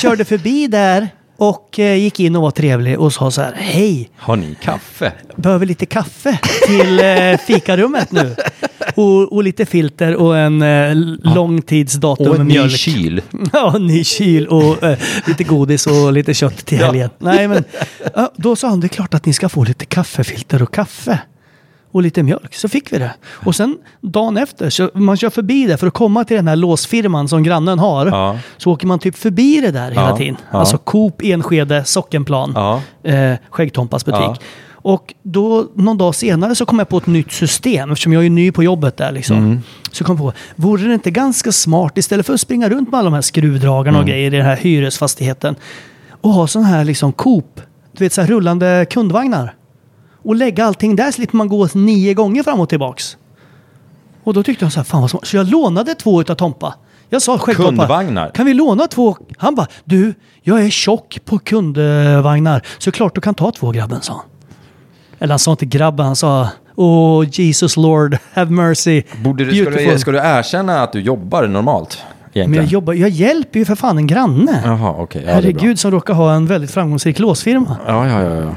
S1: Körde förbi där och eh, gick in och var trevlig och sa så här, hej,
S2: Har ni kaffe?
S1: behöver lite kaffe till eh, fikarummet nu. Och, och lite filter och en eh, långtidsdatum
S2: Och
S1: med
S2: en ny
S1: mjölk.
S2: kyl.
S1: [laughs] Ja, och ny kyl och eh, lite godis och lite kött till helgen. Nej, men ja, då sa han det är klart att ni ska få lite kaffefilter och kaffe. Och lite mjölk. Så fick vi det. Och sen dagen efter, så man kör förbi det för att komma till den här låsfirman som grannen har.
S2: Ja.
S1: Så åker man typ förbi det där hela
S2: Ja,
S1: tiden.
S2: ja.
S1: Alltså Coop, Enskede, Sockenplan,
S2: Ja.
S1: eh, Skäggtompas butik.
S2: Ja.
S1: Och då någon dag senare så kom jag på ett nytt system, eftersom jag är ny på jobbet där. Liksom. Så kom jag på, vore det inte ganska smart, istället för att springa runt med alla de här skruvdragarna och grejer i den här hyresfastigheten, och ha sån här liksom Coop, du vet så här rullande kundvagnar. Och lägga allting där så slipper man gå nio gånger fram och tillbaks. Och då tyckte jag så här, fan vad smart. Så jag lånade två utav Tompa. Jag sa själv Tompa,
S2: Kundvagnar?
S1: Kan vi låna två? Han bara, du, jag är tjock på kundvagnar. Så klart du kan ta två grabben, sa han. Eller han sa inte grabben, han sa, åh Jesus Lord, have mercy.
S2: Borde du, ska, du,
S1: Beautiful."
S2: ska du erkänna att du jobbar normalt? Egentligen?
S1: Men jag, jobbar, jag hjälper ju för fan en granne.
S2: Jaha, okej. Ja, det är bra.
S1: Herregud som råkar ha en väldigt framgångsrik låsfirma.
S2: Ja, ja, ja. ja.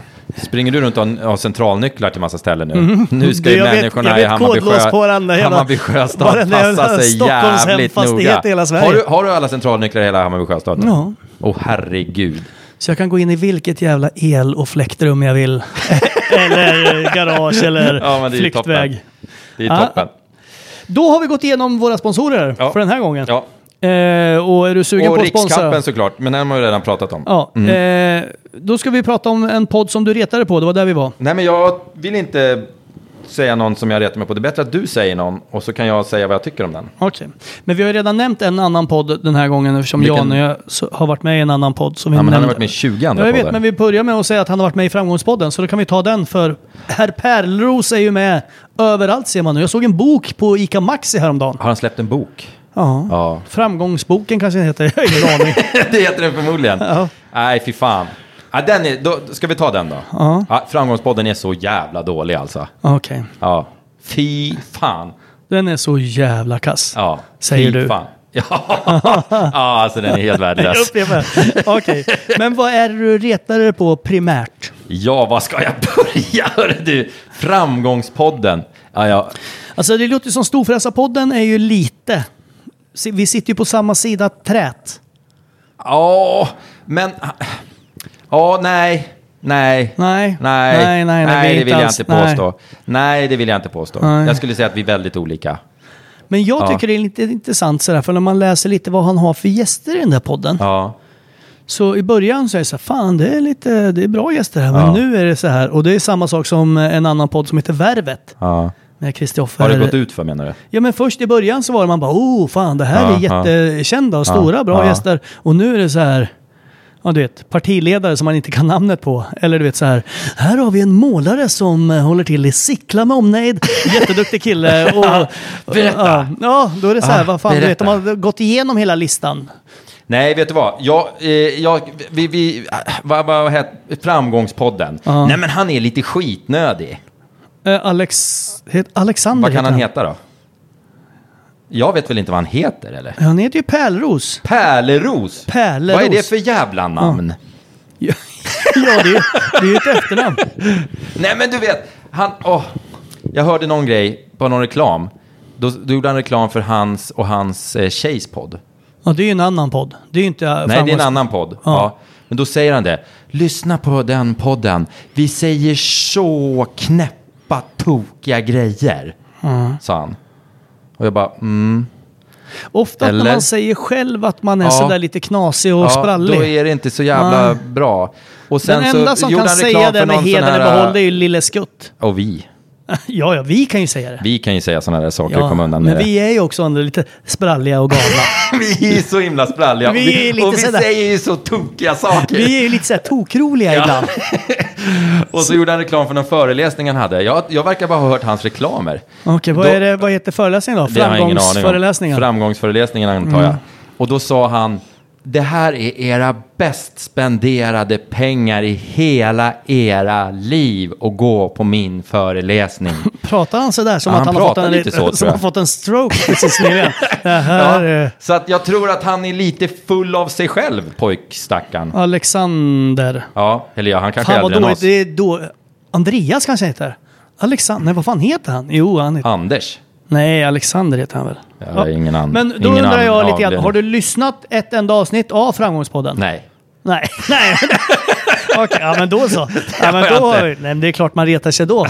S2: Springer du runt och har centralnycklar till massa ställen nu? Nu ska
S1: Du,
S2: ju
S1: jag Mm. vet-
S2: människorna
S1: jag vet
S2: i Hammarby,
S1: kodlås på varenda jävla-
S2: Hammarby sjöstad
S1: varenda jävla
S2: passa sig
S1: Stockholms
S2: jävligt
S1: hemfastighet
S2: noga.
S1: i hela Sverige.
S2: har, du, har du alla centralnycklar i hela Hammarby sjöstad? nu?
S1: Ja.
S2: Åh herregud.
S1: Så jag kan gå in i vilket jävla el och fläktrum jag vill. [laughs] eller eh, garage eller
S2: Ja, men det är ju
S1: flyktväg.
S2: toppen. Det är
S1: Ja.
S2: toppen.
S1: Då har vi gått igenom våra sponsorer
S2: Ja.
S1: för den här gången.
S2: Ja.
S1: Eh, och är du sugen
S2: Och
S1: på att sponsra?
S2: Rikscupen såklart, men den har vi redan pratat om.
S1: Ja,
S2: Mm.
S1: eh, då ska vi prata om en podd som du retade på, det var där vi var.
S2: Nej, men jag vill inte säga någon som jag retar mig på. Det är bättre att du säger någon och så kan jag säga vad jag tycker om den.
S1: Okej. Men vi har ju redan nämnt en annan podd den här gången eftersom
S2: Vilken?
S1: Jan och jag så- har varit med i en annan podd. Som vi
S2: Ja, men han
S1: nämnde.
S2: har varit med i 20 andra
S1: Ja, jag vet,
S2: poddar.
S1: men vi börjar med att säga att han har varit med i Framgångspodden, så då kan vi ta den för herr Pärleros är ju med överallt ser man nu. Jag såg en bok på ICA Maxi häromdagen.
S2: Har han släppt en bok?
S1: Ja.
S2: Ja.
S1: Framgångsboken kanske den heter, [laughs] jag har ingen aning.
S2: [laughs] det heter den förmodligen.
S1: Ja.
S2: Nej, fy fan. Ja, den är, då, ska vi ta den då? Ja, framgångspodden är så jävla dålig alltså.
S1: Okej.
S2: Ja. Fy fan.
S1: Den är så jävla kass.
S2: Ja.
S1: Säger
S2: fy
S1: du.
S2: Fan. [laughs] Ja. ja, alltså den är helt värdelös.
S1: Upprepa. Okej. Men vad är det du retar dig på primärt?
S2: Ja, vad ska jag börja? [laughs] Hörru du, framgångspodden. Ja, ja.
S1: Alltså det låter ju som Storfräsarpodden är ju lite... Se- Vi sitter ju på samma sida trät.
S2: Ja, men... Ja, nej. Nej.
S1: Nej.
S2: Nej.
S1: Nej, nej, nej, vi är
S2: det
S1: inte
S2: vill jag
S1: alls-
S2: inte påstå. Nej. det vill jag inte påstå.
S1: Nej.
S2: Jag skulle säga att vi är väldigt olika.
S1: Men jag
S2: Ja.
S1: tycker det är lite intressant sådär, för när man läser lite vad han har för gäster i den där podden.
S2: Ja.
S1: Så i början så är det så här, fan det är lite, det är bra gäster här, men
S2: Ja.
S1: nu är det så här. Och det är samma sak som en annan podd som heter Värvet.
S2: ja.
S1: Med Kristoffer.
S2: Har det gått ut för menar du?
S1: Ja men först i början så var det man bara oh fan det här
S2: Ja,
S1: är jättekända och stora bra
S2: ja.
S1: gäster. Och nu är det så här ja, du vet, partiledare som man inte kan namnet på. Eller du vet så här, här har vi en målare som eh, håller till i Sickla med omnejd. [laughs] Jätteduktig
S2: [laughs]
S1: kille. Och,
S2: Berätta.
S1: Ja, ja, då är det så här,
S2: Ja,
S1: vad fan, du vet,
S2: berätta.
S1: de har gått igenom hela listan.
S2: Nej, vet du vad? Jag, eh, jag, vi, vi, äh, vad, vad heter framgångspodden? Nej, men han är lite skitnödig.
S1: Eh, Alex, het, Alexander
S2: Vad kan
S1: heter
S2: han heta då? Jag vet väl inte vad han heter eller?
S1: Han heter ju Pärlros. [laughs]
S2: Pärleros.
S1: Pärleros.
S2: Vad är det för jävla namn?
S1: ja, det är ju det är ju ett efternamn.
S2: Nej men du vet, han, åh. Jag hörde någon grej på någon reklam. Då, då gjorde han reklam för hans och hans eh, tjejs podd.
S1: Ja, det är ju en annan podd. Det är ju inte eh,
S2: Nej, det är en
S1: framgångs-
S2: annan podd. Ja.
S1: Ja.
S2: Men då säger han det. Lyssna på den podden. Vi säger så knäppa, tokiga grejer. Sa han. Och jag bara, mm.
S1: Ofta
S2: Eller?
S1: när man säger själv att man är
S2: Ja.
S1: sådär lite knasig och
S2: Ja,
S1: sprallig.
S2: då är det inte så jävla
S1: Ah.
S2: bra. Och sen
S1: Den enda
S2: så
S1: som
S2: gjorde
S1: kan
S2: han
S1: säga
S2: reklam för
S1: det med
S2: någon sån
S1: hedern i
S2: här... äh,
S1: behåll det är ju Lille Skutt. [laughs]
S2: Och vi.
S1: Ja, ja, vi kan ju säga det.
S2: Vi kan ju säga sådana där saker och
S1: Ja,
S2: komma undan
S1: men
S2: med det.
S1: vi är ju också andra lite spralliga och galna.
S2: [laughs] vi är så himla spralliga.
S1: Vi är lite
S2: och vi
S1: sådär.
S2: säger ju så tokiga saker.
S1: vi är ju lite såhär tokroliga ibland.
S2: Och så gjorde han reklam för någon föreläsning han hade. Jag, jag verkar bara ha hört hans reklamer.
S1: Okej, vad,
S2: Då-
S1: är det, vad heter föreläsningen då?
S2: Det har jag ingen aning om.
S1: Framgångsföreläsningar?
S2: Framgångsföreläsningen antar
S1: Mm.
S2: jag. Och då sa han, det här är era bäst spenderade pengar i hela era liv och gå på min föreläsning.
S1: Pratar han sådär som
S2: Ja,
S1: att
S2: han
S1: han, har fått
S2: pratar
S1: en,
S2: lite så, tror
S1: som
S2: jag.
S1: har fått en stroke precis
S2: [laughs]
S1: nyligen? [laughs] Det här eh,
S2: ja,
S1: är
S2: så att jag tror att han är lite full av sig själv, pojkstackaren.
S1: Alexander.
S2: Ja, eller ja, han kanske är
S1: Fan vad
S2: äldre än
S1: dåligt.
S2: oss.
S1: Det är då... Andreas kanske han heter. Alexander, nej vad fan heter han? Jo, han heter...
S2: Anders.
S1: Nej, Alexander heter han väl?
S2: Jag har ingen an-
S1: Men då
S2: ingen
S1: undrar
S2: an-
S1: jag
S2: av
S1: lite grann,
S2: det.
S1: har du lyssnat ett enda avsnitt av Framgångspodden?
S2: Nej.
S1: Nej. [laughs] nej. Okej, ja men då
S2: [laughs]
S1: så. Ja, men
S2: jag
S1: då,
S2: inte.
S1: nej, men det är klart man retar sig då.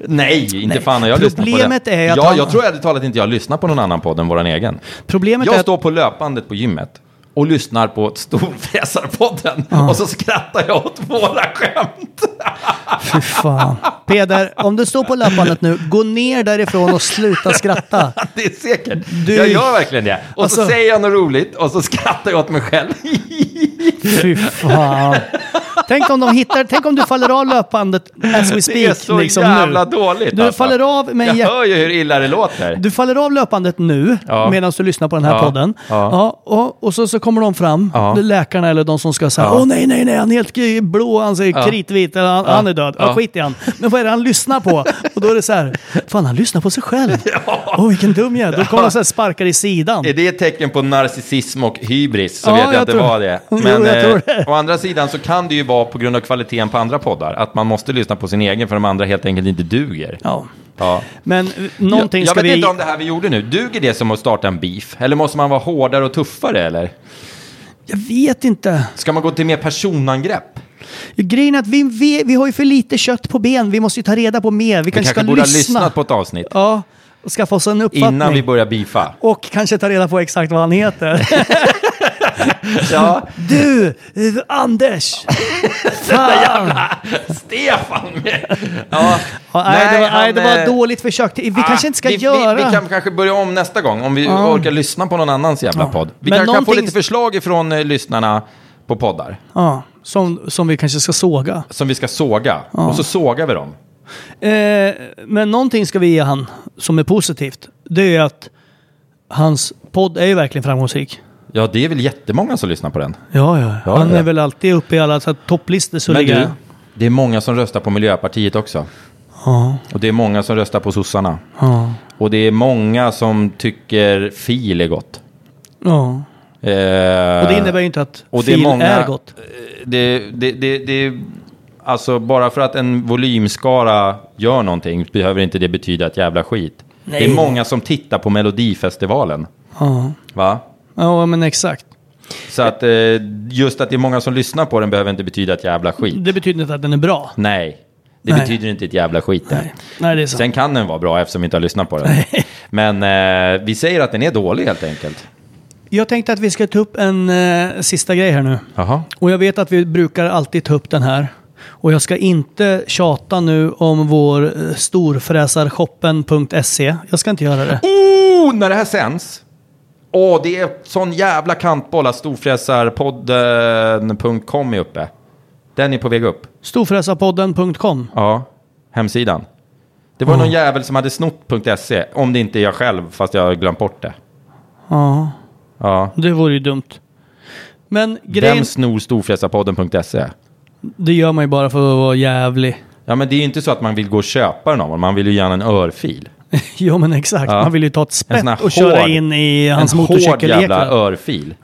S2: Nej, inte fan har jag lyssnat på det.
S1: Problemet är att
S2: ja,
S1: han-
S2: jag tror ärligt talat inte jag lyssnar på någon annan podd än våran egen.
S1: Problemet är
S2: jag
S1: att-
S2: står på löpbandet på gymmet och lyssnar på Storfräsarpodden och så skrattar jag åt våra skämt. [laughs]
S1: Fy fan. Peder, om du står på löpbandet nu, gå ner därifrån och sluta skratta.
S2: Det är säkert.
S1: Du-
S2: Jag gör verkligen det. Och så
S1: Alltså-
S2: säger jag något roligt och så skrattar jag åt mig själv. [laughs]
S1: Fy fan. Tänk om de hittar, tänk om du faller av löpbandet as we speak.
S2: Det är så
S1: liksom
S2: jävla
S1: nu.
S2: dåligt. alltså.
S1: Du faller av med
S2: Jag
S1: en jätte-
S2: hör ju hur illa det låter.
S1: Du faller av löpandet nu
S2: Ja.
S1: medan du lyssnar på den här
S2: Ja.
S1: podden.
S2: Ja.
S1: Ja. och, och så, så kommer de fram,
S2: Ja.
S1: läkarna eller de som ska säga
S2: Ja.
S1: Åh nej, nej, nej, han är helt g- blå, han ser kritvit, eller han, han är död. Ja.
S2: Ja.
S1: skit i han. Men vad är det han lyssnar på? och då är det så här, fan han lyssnar på sig
S2: [laughs]
S1: själv. Åh vilken dum jag är. Då kommer de så här sparkar i sidan.
S2: Är det ett tecken på narcissism och hybris så
S1: Ja,
S2: vet jag,
S1: jag
S2: att det
S1: tror-
S2: var det.
S1: [laughs] Jo,
S2: Men
S1: jag tror det.
S2: eh, å andra sidan så kan det ju vara på grund av kvaliteten på andra poddar. Att man måste lyssna på sin egen för de andra helt enkelt inte duger.
S1: Ja.
S2: Ja.
S1: Men eh, någonting
S2: jag jag
S1: ska
S2: vet
S1: vi...
S2: inte om det här vi gjorde nu, duger det som att starta en beef? Eller måste man vara hårdare och tuffare eller?
S1: Jag vet inte.
S2: Ska man gå till mer personangrepp?
S1: Grejen är att vi, vi, vi har ju för lite kött på ben. Vi måste ju ta reda på mer. Vi,
S2: Vi
S1: kanske
S2: kanske
S1: ska
S2: borde ha
S1: lyssna.
S2: lyssnat på ett avsnitt
S1: Ja, och skaffa oss en uppfattning.
S2: innan vi börjar beefa.
S1: Och kanske ta reda på exakt vad han heter.
S2: [laughs] Ja,
S1: Du, eh, Anders! Fan!
S2: Stefan! Ja.
S1: Ja, nej, det var, nej, det var
S2: eh,
S1: ett dåligt försök. Vi
S2: Ah,
S1: kanske inte ska
S2: vi,
S1: göra...
S2: Vi, vi kan kanske börja om nästa gång om vi orkar lyssna på någon annans jävla podd. Vi
S1: Men
S2: kanske kan få
S1: någonting-
S2: lite förslag ifrån eh, lyssnarna på poddar
S1: Ja, som, som vi kanske ska såga.
S2: som vi ska såga. Och så sågar vi dem.
S1: Eh, men någonting ska vi ge han som är positivt. Det är att hans podd är ju verkligen framgångsrik.
S2: Ja, det är väl jättemånga som lyssnar på den.
S1: Ja, ja.
S2: Ja,
S1: han
S2: ja.
S1: är väl alltid uppe i alla så här topplistor. Så
S2: Men
S1: ligger-
S2: du, det är många som röstar på Miljöpartiet också. Och det är många som röstar på sossarna.
S1: Ja.
S2: Och det är många som tycker fil är gott.
S1: ja.
S2: Eh,
S1: Och det innebär ju inte att
S2: Och det
S1: fil
S2: är, många,
S1: är gott.
S2: eh, Det, det, det, det, alltså bara för att en volymskara gör någonting behöver inte det betyda ett jävla skit.
S1: Nej.
S2: Det är många som tittar på Melodifestivalen. Va?
S1: Ja, men exakt.
S2: Så att eh, just att det är många som lyssnar på den behöver inte betyda ett jävla skit.
S1: Det betyder inte att den är bra.
S2: Nej, det
S1: Nej.
S2: betyder inte ett jävla skit. det.
S1: Nej, det är sant.
S2: Sen kan den vara bra eftersom vi inte har lyssnat på den. Men eh, vi säger att den är dålig helt enkelt.
S1: Jag tänkte att vi ska ta upp en eh, sista grej här nu.
S2: Jaha.
S1: Och jag vet att vi brukar alltid ta upp den här. Och jag ska inte tjata nu om vår eh, E. storfräsarshoppen.se. Jag ska inte göra det.
S2: Oh, när det här sänds Åh, det är sån jävla kantboll att storfräsarpodden.com är uppe. Den är på väg upp.
S1: Storfräsarpodden.com.
S2: Ja, hemsidan. Det var någon jävel som hade snott .se, om det inte är jag själv, fast jag har glömt bort det.
S1: Ja,
S2: Ja.
S1: det vore ju dumt. Men
S2: Vem
S1: grejen,
S2: snor storfräsarpodden.se?
S1: det gör man ju bara för att vara jävlig. [laughs]
S2: Ja, men det är ju inte så att man vill gå och köpa den av honom. Man vill ju gärna en örfil.
S1: Jo men exakt,
S2: Ja.
S1: man vill ju ta ett
S2: sån här
S1: spett
S2: hård-
S1: och köra in i hans
S2: en hård jävla
S1: motorcykellekar.
S2: örfil.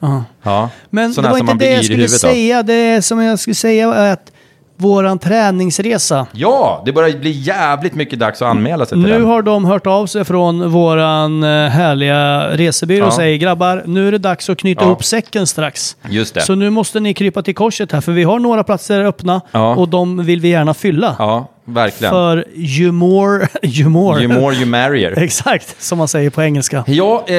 S2: Ja.
S1: Men
S2: Sån
S1: det
S2: här
S1: var inte
S2: som man blir
S1: det jag
S2: yr i
S1: skulle
S2: huvudet av.
S1: säga. Det som jag skulle säga är att våran träningsresa.
S2: Ja, det börjar bli jävligt mycket dags att anmäla sig till
S1: Mm, Nu
S2: den.
S1: har de hört av sig från våran eh, härliga resebyrå
S2: Ja.
S1: och säger grabbar, nu är det dags att knyta
S2: Ja.
S1: ihop säcken strax.
S2: Just det.
S1: Så nu måste ni krypa till korset här för vi har några platser öppna
S2: Ja.
S1: och de vill vi gärna fylla.
S2: Ja, verkligen.
S1: För you more, [laughs] you more.
S2: Ju more you marrier.
S1: Exakt, som man säger på engelska.
S2: Ja, eh,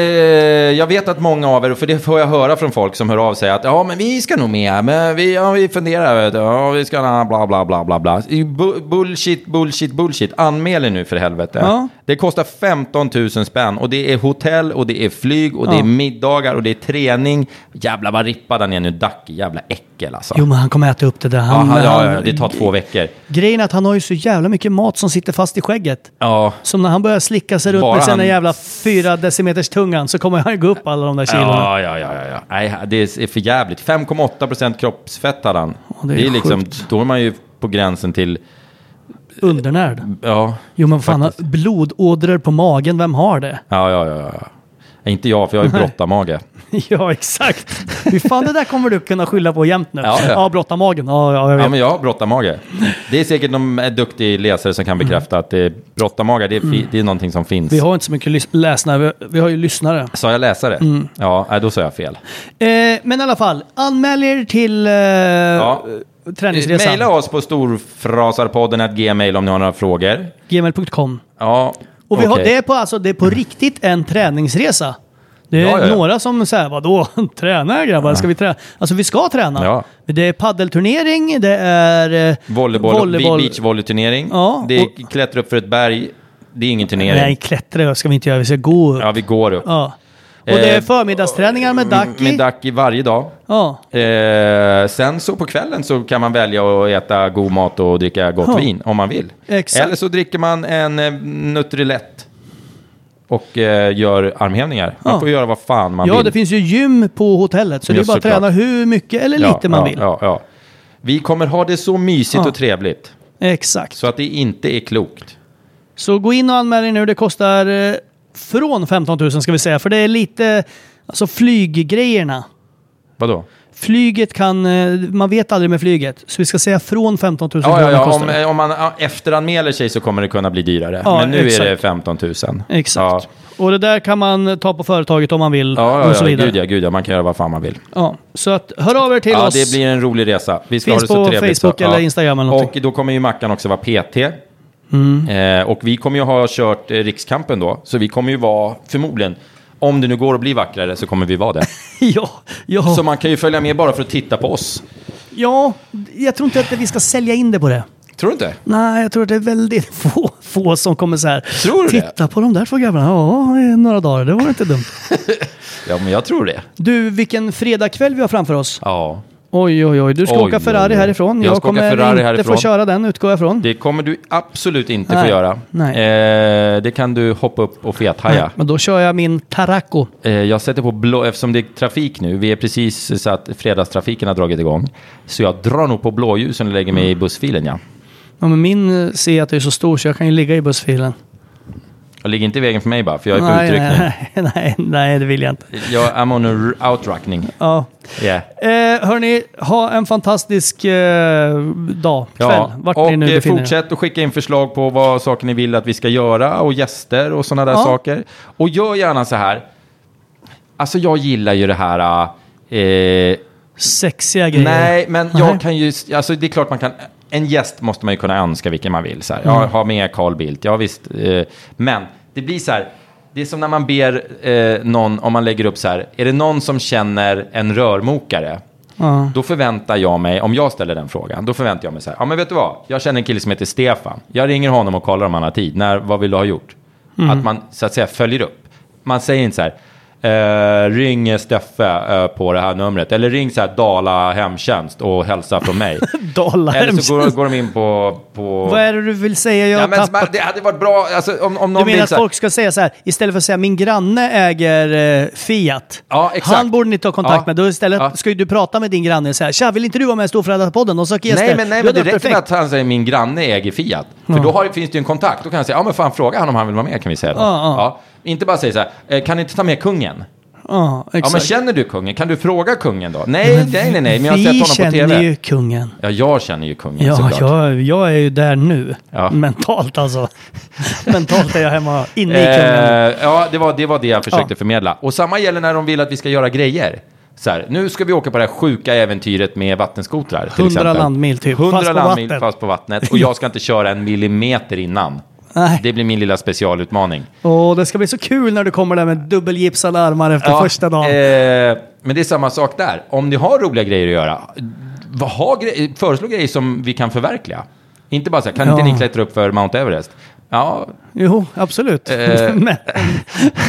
S2: jag vet att många av er, för det får jag höra från folk som hör av sig att ja, men vi ska nog med, men vi, ja, vi funderar, vet du, ja, vi ska na- bla bla bla bla bla. I bu- Bullshit, bullshit, bullshit. Anmäl er nu för helvete.
S1: Ja.
S2: Det kostar 15 000 spänn och det är hotell och det är flyg och det
S1: Ja.
S2: är middagar och det är träning. Jävlar vad rippad han är nu, Dac. Jävla äckel alltså.
S1: Jo men han kommer äta upp det där.
S2: ja,
S1: Han,
S2: han, ja, ja,
S1: han-
S2: det tar två veckor.
S1: Grejen är att han har ju så jävla mycket mat som sitter fast i skägget.
S2: Ja,
S1: Som när han börjar slicka sig runt
S2: Bara
S1: med sina
S2: han-
S1: jävla fyra decimeters tungan så kommer han ju gå upp alla de där kilona.
S2: Ja, ja, ja, ja, ja. Nej, det är för jävligt. 5,8% kroppsfett hade han.
S1: det är
S2: liksom,
S1: sjukt.
S2: då är man ju på gränsen till,
S1: Undernärd.
S2: ja,
S1: Jo men fan,
S2: Faktiskt.
S1: blodådror på magen, vem har det? [laughs]
S2: ja, ja, ja. ja. Nej, Inte jag, för jag har ju brottarmage.
S1: ja exakt. Fy fan det där kommer du kunna skylla på jämt nu.
S2: Ja,
S1: Ja,
S2: ja.
S1: blotta magen. Ja, ja, jag vet.
S2: Ja, men jag har brottarmage. Det är säkert någon eh, duktig läsare som kan bekräfta att det är brottarmage, det är, fi- det är någonting som finns.
S1: Mm. Vi har inte så mycket lys- läsnare, vi, vi har ju lyssnare.
S2: Sa jag läsare?
S1: Mm.
S2: Ja, nej, då sa jag fel.
S1: Eh, men i alla fall, anmäl er till eh,
S2: Ja.
S1: träningsresan.
S2: Mejla oss på storfrasarpodden gmail om ni har några frågor.
S1: Gmail.com.
S2: Ja,
S1: Och vi har,
S2: okej.
S1: det, är på, alltså, det är på riktigt en träningsresa. Det är
S2: Ja, ja, ja.
S1: några som säger vadå, [laughs] träna grabbar, ska vi träna? Alltså vi ska träna.
S2: Ja.
S1: Men Det är paddelturnering, det är... eh,
S2: Volleyboll, volleyboll. beachvolleyturnering.
S1: Ja,
S2: det är
S1: och-
S2: klättra upp för ett berg. Det är ingen turnering.
S1: Nej, klättra ska vi inte göra, vi ska gå upp.
S2: Ja,
S1: Ja.
S2: vi går upp.
S1: Och det är
S2: Eh,
S1: förmiddagsträningar med Daki.
S2: Med Daki varje dag.
S1: ja.
S2: Eh, sen så på kvällen så kan man välja att äta god mat och dricka gott
S1: Ja.
S2: vin om man vill.
S1: Exakt.
S2: Eller så dricker man en eh, Nutrilett och eh, gör armhävningar. Man
S1: Ja.
S2: får göra vad fan man
S1: ja,
S2: vill.
S1: det finns ju gym på hotellet, så det
S2: Ja,
S1: är bara att
S2: såklart.
S1: träna hur mycket eller
S2: Ja,
S1: lite man
S2: ja,
S1: vill.
S2: Ja, ja. Vi kommer ha det så mysigt
S1: Ja.
S2: och trevligt
S1: Exakt.
S2: så att det inte är klokt.
S1: Så gå in och anmäl er nu. Det kostar eh, från 15 000 ska vi säga, för det är lite... Alltså flyggrejerna.
S2: Vadå?
S1: Flyget kan... eh, Man vet aldrig med flyget. Så vi ska säga från 15 000
S2: Ja,
S1: kronor
S2: ja, ja.
S1: kostar det.
S2: Om, om man ja, efteranmäler sig så kommer det kunna bli dyrare.
S1: Ja,
S2: Men nu är det
S1: exakt.
S2: 15 000.
S1: Exakt.
S2: eh, Ja.
S1: Och det där kan man ta på företaget om man vill.
S2: Ja,
S1: och så
S2: ja, ja,
S1: vidare.
S2: gud ja, gud ja, man kan göra vad fan man vill.
S1: Ja, så att, hör av er till
S2: Ja,
S1: oss.
S2: det blir en rolig resa. Vi ska
S1: Finns
S2: ha det så
S1: på
S2: trevligt.
S1: Facebook
S2: så,
S1: eller Instagram eller någonting. Mm.
S2: Och då kommer ju Mackan också vara PT. Eh, och vi kommer ju ha kört eh, Rikskampen då, så vi kommer ju vara, förmodligen, om det nu går att bli vackrare så kommer vi vara det.
S1: [laughs] ja, ja.
S2: Så man kan ju följa med bara för att titta på oss.
S1: ja, jag tror inte att vi ska sälja in det på det.
S2: Tror du inte?
S1: Nej, jag tror att det är väldigt [laughs] få, få som kommer så här.
S2: Tror du det?
S1: Titta på de där två grabbarna. Ja, i några dagar. Det var inte dumt.
S2: Ja, men jag tror det.
S1: Du, vilken fredagkväll vi har framför oss.
S2: Ja.
S1: Oj, oj, oj. Du ska
S2: Oj,
S1: åka Ferrari
S2: oj, oj.
S1: härifrån.
S2: Jag
S1: Jag,
S2: ska åka
S1: kommer
S2: Ferrari
S1: inte
S2: härifrån.
S1: få köra den, utgår jag från.
S2: Det kommer du absolut inte få
S1: Nej,
S2: göra.
S1: nej.
S2: Eh, det kan du hoppa upp och fethaja.
S1: Nej, Men då kör jag min Tarraco.
S2: Eh, Jag sätter på blå, eftersom det är trafik nu, vi är precis så att fredagstrafiken har dragit igång. Så jag drar nog på blåljusen och lägger mig i
S1: Mm.
S2: bussfilen ja.
S1: Ja, men min eh, Seat är ju så stor så jag kan ju ligga i bussfilen.
S2: Och ligger inte i vägen för mig bara, för jag är på utryckning.
S1: nej, [laughs] nej, nej, det vill jag inte.
S2: Jag I'm on a r- outruckning.
S1: Ja.
S2: Yeah.
S1: Eh, hörni, ha en fantastisk eh, dag, kväll,
S2: Ja,
S1: vart ni
S2: och
S1: nu
S2: eh,
S1: befinner er.
S2: fortsätt att skicka in förslag på vad saker ni vill att vi ska göra och gäster och sådana där
S1: Ja.
S2: saker. Och gör gärna så här. Alltså jag gillar ju det här... Eh,
S1: Sexiga grejer.
S2: Nej, men
S1: Nej.
S2: jag kan ju... Alltså det är klart man kan... En gäst måste man ju kunna önska vilken man vill. Så här.
S1: Mm.
S2: Jag har med Carl Bildt, ja visst. Eh, men det blir så här... Det är som när man ber eh, någon, om man lägger upp så här, är det någon som känner en rörmokare? Då förväntar jag mig, om jag ställer den frågan, då förväntar jag mig så här, ja men vet du vad, jag känner en kille som heter Stefan, jag ringer honom
S1: Mm.
S2: och kollar om han har tid, när, vad vill du ha gjort? Att man så att säga följer upp. Man säger inte så här, Eh, ring Steffe eh, på det här numret. Eller ring så här Dala Hemtjänst och hälsa
S1: [laughs]
S2: från mig.
S1: Dollar.
S2: Eller så går, går de in på... på...
S1: [laughs] Vad är det du vill säga? Jag
S2: ja,
S1: har
S2: men,
S1: tappat.
S2: det hade varit bra, alltså, om, om någon
S1: Du menar
S2: vill
S1: att
S2: så här-
S1: folk ska säga så här, istället för att säga min granne äger eh, Fiat.
S2: Ja, exakt.
S1: Han borde ni ta kontakt
S2: Ja.
S1: med. Då istället
S2: Ja.
S1: ska ju du prata med din granne och säga tja, vill inte du vara med i Storfredags-podden? Och söka gäster.
S2: Nej, men, nej,
S1: Då
S2: men det
S1: är
S2: räcker
S1: perfekt.
S2: med att han säger min granne äger Fiat. För då har, finns det ju en kontakt. Då kan jag säga, ja men fan fråga han om han vill vara med kan vi säga då. Ja. Inte bara säga så här, "Eh, kan ni inte ta med kungen?
S1: Ja,
S2: Ja
S1: exakt.
S2: men känner du kungen? Kan du fråga kungen då? Nej, nej, nej, nej men jag har
S1: Vi
S2: sett honom på
S1: känner
S2: tv.
S1: ju kungen.
S2: Ja, jag känner ju kungen
S1: Ja,
S2: såklart.
S1: jag, jag är ju där nu.
S2: Ja.
S1: Mentalt
S2: [laughs]
S1: alltså. Mentalt är jag hemma, inne i kungen.
S2: Eh, ja, det var, det var det jag försökte förmedla. Och samma gäller när de vill att vi ska göra grejer. Så här, nu ska vi åka på det här sjuka äventyret med vattenskotrar. till
S1: 100
S2: exempel.
S1: landmil typ,
S2: 100
S1: fast på
S2: landmil
S1: vatten.
S2: fast på vattnet. Och jag ska inte köra en millimeter innan.
S1: Nej.
S2: Det blir min lilla specialutmaning.
S1: Åh, det ska bli så kul när du kommer där med dubbelgipsade armar efter
S2: Ja,
S1: första dagen.
S2: Eh, men det är samma sak där. Om ni har roliga grejer att göra, vad har gre- föreslå grejer som vi kan förverkliga. Inte bara så här, kan inte
S1: Ja.
S2: ni klättra upp för Mount Everest? Ja,
S1: Jo, absolut.
S2: eh,
S1: [laughs] men,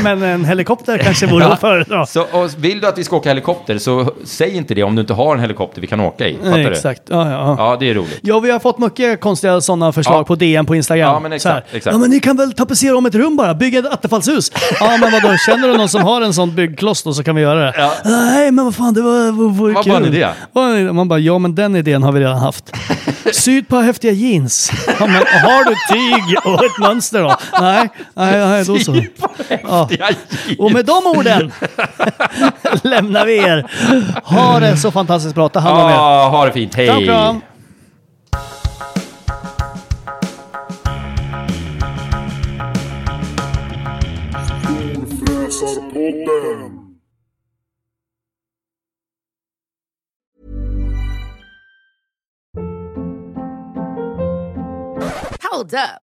S1: men en helikopter kanske
S2: [laughs]
S1: vore att föredra.
S2: Så, och vill du att vi ska åka helikopter så säg inte det om du inte har en helikopter vi kan åka i. Fattar
S1: Nej,
S2: du?
S1: Exakt. Ja, ja. ja.
S2: Ja, det är roligt.
S1: Ja, vi har fått mycket konstiga sådana förslag
S2: Ja.
S1: på DN på Instagram.
S2: Ja, men exakt,
S1: Så här,
S2: exakt.
S1: Ja, men ni kan väl tapetsera om ett rum bara, bygga ett attefallshus. ja, men vadå, känner du någon som har en sån byggkloss då så kan vi göra det.
S2: Ja.
S1: Nej, men vad fan, det var, var, var
S2: Vad
S1: kul.
S2: var en idé?
S1: Vad en idé? Man bara, ja men den idén har vi redan haft. Sy ett par häftiga jeans. Ja, men har du tyg och ett mönster då? Nej, nej, nej då så. Ja.
S2: Ja,
S1: Och med de orden [laughs] lämnar vi er. Ha det så fantastiskt bra. Ta hand om er.
S2: ja, ha det fint. Ah, Hej!
S1: Kram, kram.
S4: Hold up.